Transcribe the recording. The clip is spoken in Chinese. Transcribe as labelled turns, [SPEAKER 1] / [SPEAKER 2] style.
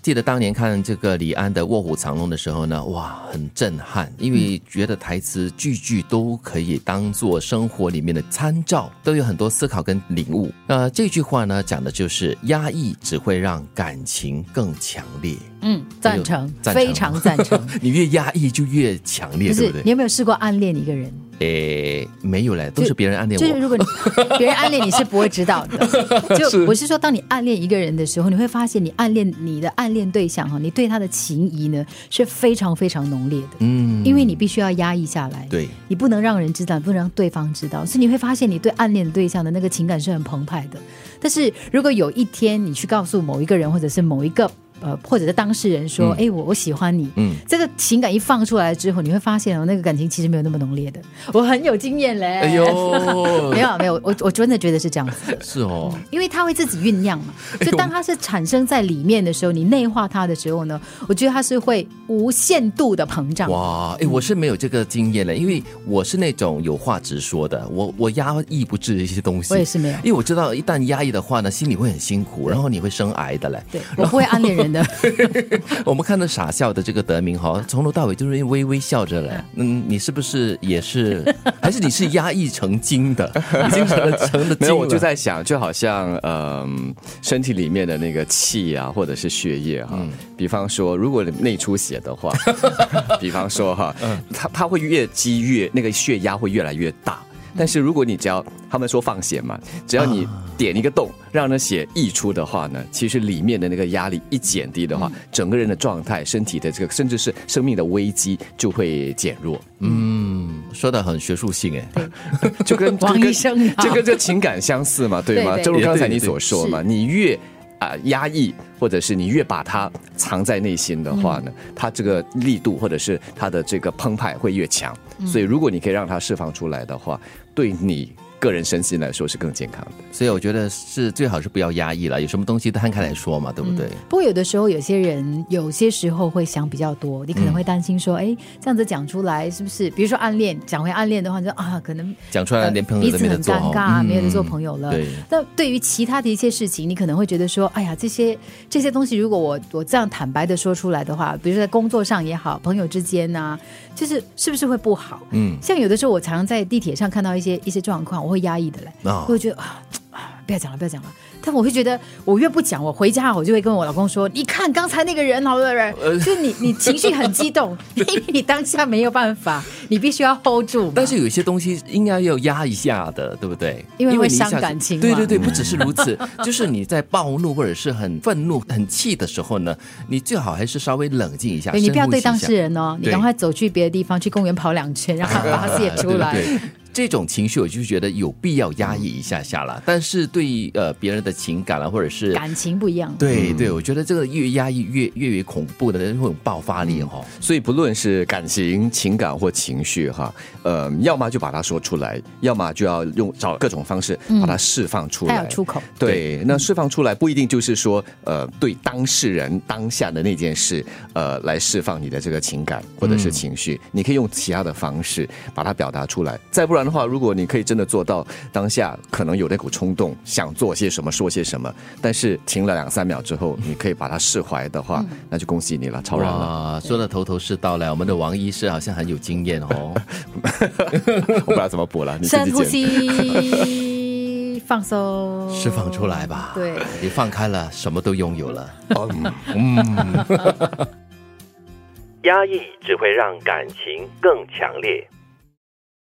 [SPEAKER 1] 记得当年看这个李安的《卧虎藏龙》的时候呢，哇，很震撼，因为觉得台词句句都可以当做生活里面的参照，都有很多思考跟领悟。呃，这句话呢，讲的就是压抑只会让感情更强烈。
[SPEAKER 2] 嗯，赞成，
[SPEAKER 1] 哎赞成
[SPEAKER 2] 非常 赞成。
[SPEAKER 1] 你越压抑就越强烈，对
[SPEAKER 2] 不是
[SPEAKER 1] 不对
[SPEAKER 2] 你？有没有试过暗恋一个人？
[SPEAKER 1] 诶，没有嘞，都是别人暗恋
[SPEAKER 2] 就是
[SPEAKER 1] 我。
[SPEAKER 2] 如果你别人暗恋你是不会知道的。 就我是说，当你暗恋一个人的时候，你会发现你暗恋你的暗恋对象哈，你对他的情谊呢是非常非常浓烈的。
[SPEAKER 1] 嗯，
[SPEAKER 2] 因为你必须要压抑下来，
[SPEAKER 1] 对，
[SPEAKER 2] 你不能让人知道，不能让对方知道，所以你会发现你对暗恋的对象的那个情感是很澎湃的。但是如果有一天你去告诉某一个人，或者是某一个呃，或者是当事人说，
[SPEAKER 1] 嗯
[SPEAKER 2] 哎、我我喜欢你，
[SPEAKER 1] 嗯，
[SPEAKER 2] 这个情感一放出来之后，你会发现哦，那个感情其实没有那么浓烈的。 我很有经验嘞，
[SPEAKER 1] 哎，呦
[SPEAKER 2] 没，有啊没有，我我真的觉得是这 样子的。
[SPEAKER 1] 是哦，
[SPEAKER 2] 因为它会自己酝酿嘛，
[SPEAKER 1] 哎
[SPEAKER 2] 所以当它是产生在里面的时候，你内化它的时候呢，我觉得它是会无限度的膨胀的。
[SPEAKER 1] 哇，哎，我是没有这个经验的，因为我是那种有话直说的，我我压抑不住一些东西
[SPEAKER 2] 我。也是没有。
[SPEAKER 1] 因为我知道，一旦压抑的话呢，心里会很辛苦，然后你会生癌的嘞。
[SPEAKER 2] 对，我不会暗恋人的。
[SPEAKER 1] 我们看到傻笑的这个德明哈，从头到尾就是微微笑着嘞。嗯，你是不是也是？ 还是你是压抑成精 的，已经成了成了精了？
[SPEAKER 3] 没有，我就在想，就好像嗯、身体里面的那个气啊，或者是血液哈、比方说，如果你内出血的话，比方说哈，它它会越积越那个血压会越来越大。但是如果你只要他们说放血嘛，只要你点一个洞，让那血溢出的话呢，其实里面的那个压力一减低的话，整个人的状态、身体的这个，甚至是生命的危机就会减弱。
[SPEAKER 1] 嗯，说的很学术性哎。
[SPEAKER 3] 就跟
[SPEAKER 2] 王
[SPEAKER 3] 就跟
[SPEAKER 2] 医生啊
[SPEAKER 3] 就跟这情感相似嘛，对吗？
[SPEAKER 2] 对对
[SPEAKER 3] 正如
[SPEAKER 1] 也
[SPEAKER 3] 刚才
[SPEAKER 1] 对
[SPEAKER 3] 你
[SPEAKER 1] 对
[SPEAKER 3] 所说嘛，你越啊、压抑，或者是你越把它藏在内心的
[SPEAKER 2] 嗯
[SPEAKER 3] 话呢，它这个力度或者是它的这个澎湃会越强。
[SPEAKER 2] 嗯
[SPEAKER 3] 所以，如果你可以让它释放出来的话，对你个人身心来说是更健康的。
[SPEAKER 1] 所以我觉得是最好是不要压抑了，有什么东西摊开来说嘛，对不对？
[SPEAKER 2] 不过有的时候，有些人有些时候会想比较多，你可能会担心说，哎、这样子讲出来是不是？比如说暗恋，讲回暗恋的话，你说啊，可能
[SPEAKER 1] 讲出来连朋友
[SPEAKER 2] 彼
[SPEAKER 1] 都
[SPEAKER 2] 此
[SPEAKER 1] 没得
[SPEAKER 2] 很
[SPEAKER 1] 做
[SPEAKER 2] 尴
[SPEAKER 1] 哦，
[SPEAKER 2] 尬，
[SPEAKER 1] 嗯
[SPEAKER 2] 没有人做朋友了。
[SPEAKER 1] 对，
[SPEAKER 2] 那对于其他的一些事情，你可能会觉得说，哎呀，这些这些东西，如果我我这样坦白的说出来的话，比如说在工作上也好，朋友之间呐、就是是不是会不好？
[SPEAKER 1] 嗯
[SPEAKER 2] 像有的时候，我常常在地铁上看到一些一些状况，我会压抑的嘞，
[SPEAKER 1] 啊
[SPEAKER 2] 我会觉得啊。啊不要讲了，不要讲了。但我会觉得，我越不讲，我回家我就会跟我老公说：“你看刚才那个人，好不
[SPEAKER 1] 呃
[SPEAKER 2] 好？就是你，你情绪很 激动，因为你当下没有办法，你必须要 hold 住嘛。
[SPEAKER 1] 但是有些东西应该要压一下的，对不对？
[SPEAKER 2] 因为会
[SPEAKER 1] 你一下子
[SPEAKER 2] 伤感情嘛
[SPEAKER 1] 对对对，不只是如此，就是你在暴怒或者是很愤怒、很气的时候呢，你最好还是稍微冷静一下，
[SPEAKER 2] 对你不要
[SPEAKER 1] 深呼吸
[SPEAKER 2] 对
[SPEAKER 1] 一下
[SPEAKER 2] 当事人哦，你
[SPEAKER 1] 对
[SPEAKER 2] 赶快走去别的地方，去公园跑两 圈，让他发泄出来。
[SPEAKER 1] 对对对这种情绪我就觉得有必要压抑一下下了，但是对呃别人的情感啊，或者是嗯
[SPEAKER 2] 感情不一样，
[SPEAKER 1] 对对，我觉得这个越压抑越越为恐怖的那种爆发力哦。
[SPEAKER 3] 所以，不论是感情、情感或情绪，哈，呃，要么就把它说出来，要么就要用找各种方式把它释放出
[SPEAKER 2] 他
[SPEAKER 3] 来。
[SPEAKER 2] 有嗯出口。
[SPEAKER 3] 对，那释放出来不一定就是说，呃，对当事人当下的那件事，呃，来释放你的这个情感或者是情绪，你可以用其他的方式把它表达出来。再不然的话，如果你可以真的做到当下，可能有那股冲动，想做些什么，说些什么，但是停了两三秒之后，你可以把它释怀的话，那就恭喜你了，超然了。
[SPEAKER 1] 哇，啊说的头头是道来，我们的王医师好像很有经验 哦。
[SPEAKER 3] 我不知道怎么补了，你自己
[SPEAKER 2] 深呼
[SPEAKER 3] 剪。
[SPEAKER 2] 吸，放松，
[SPEAKER 1] 释放出来吧
[SPEAKER 2] 对，
[SPEAKER 1] 你放开了，什么都拥有了。
[SPEAKER 4] 压抑只会让感情更强烈。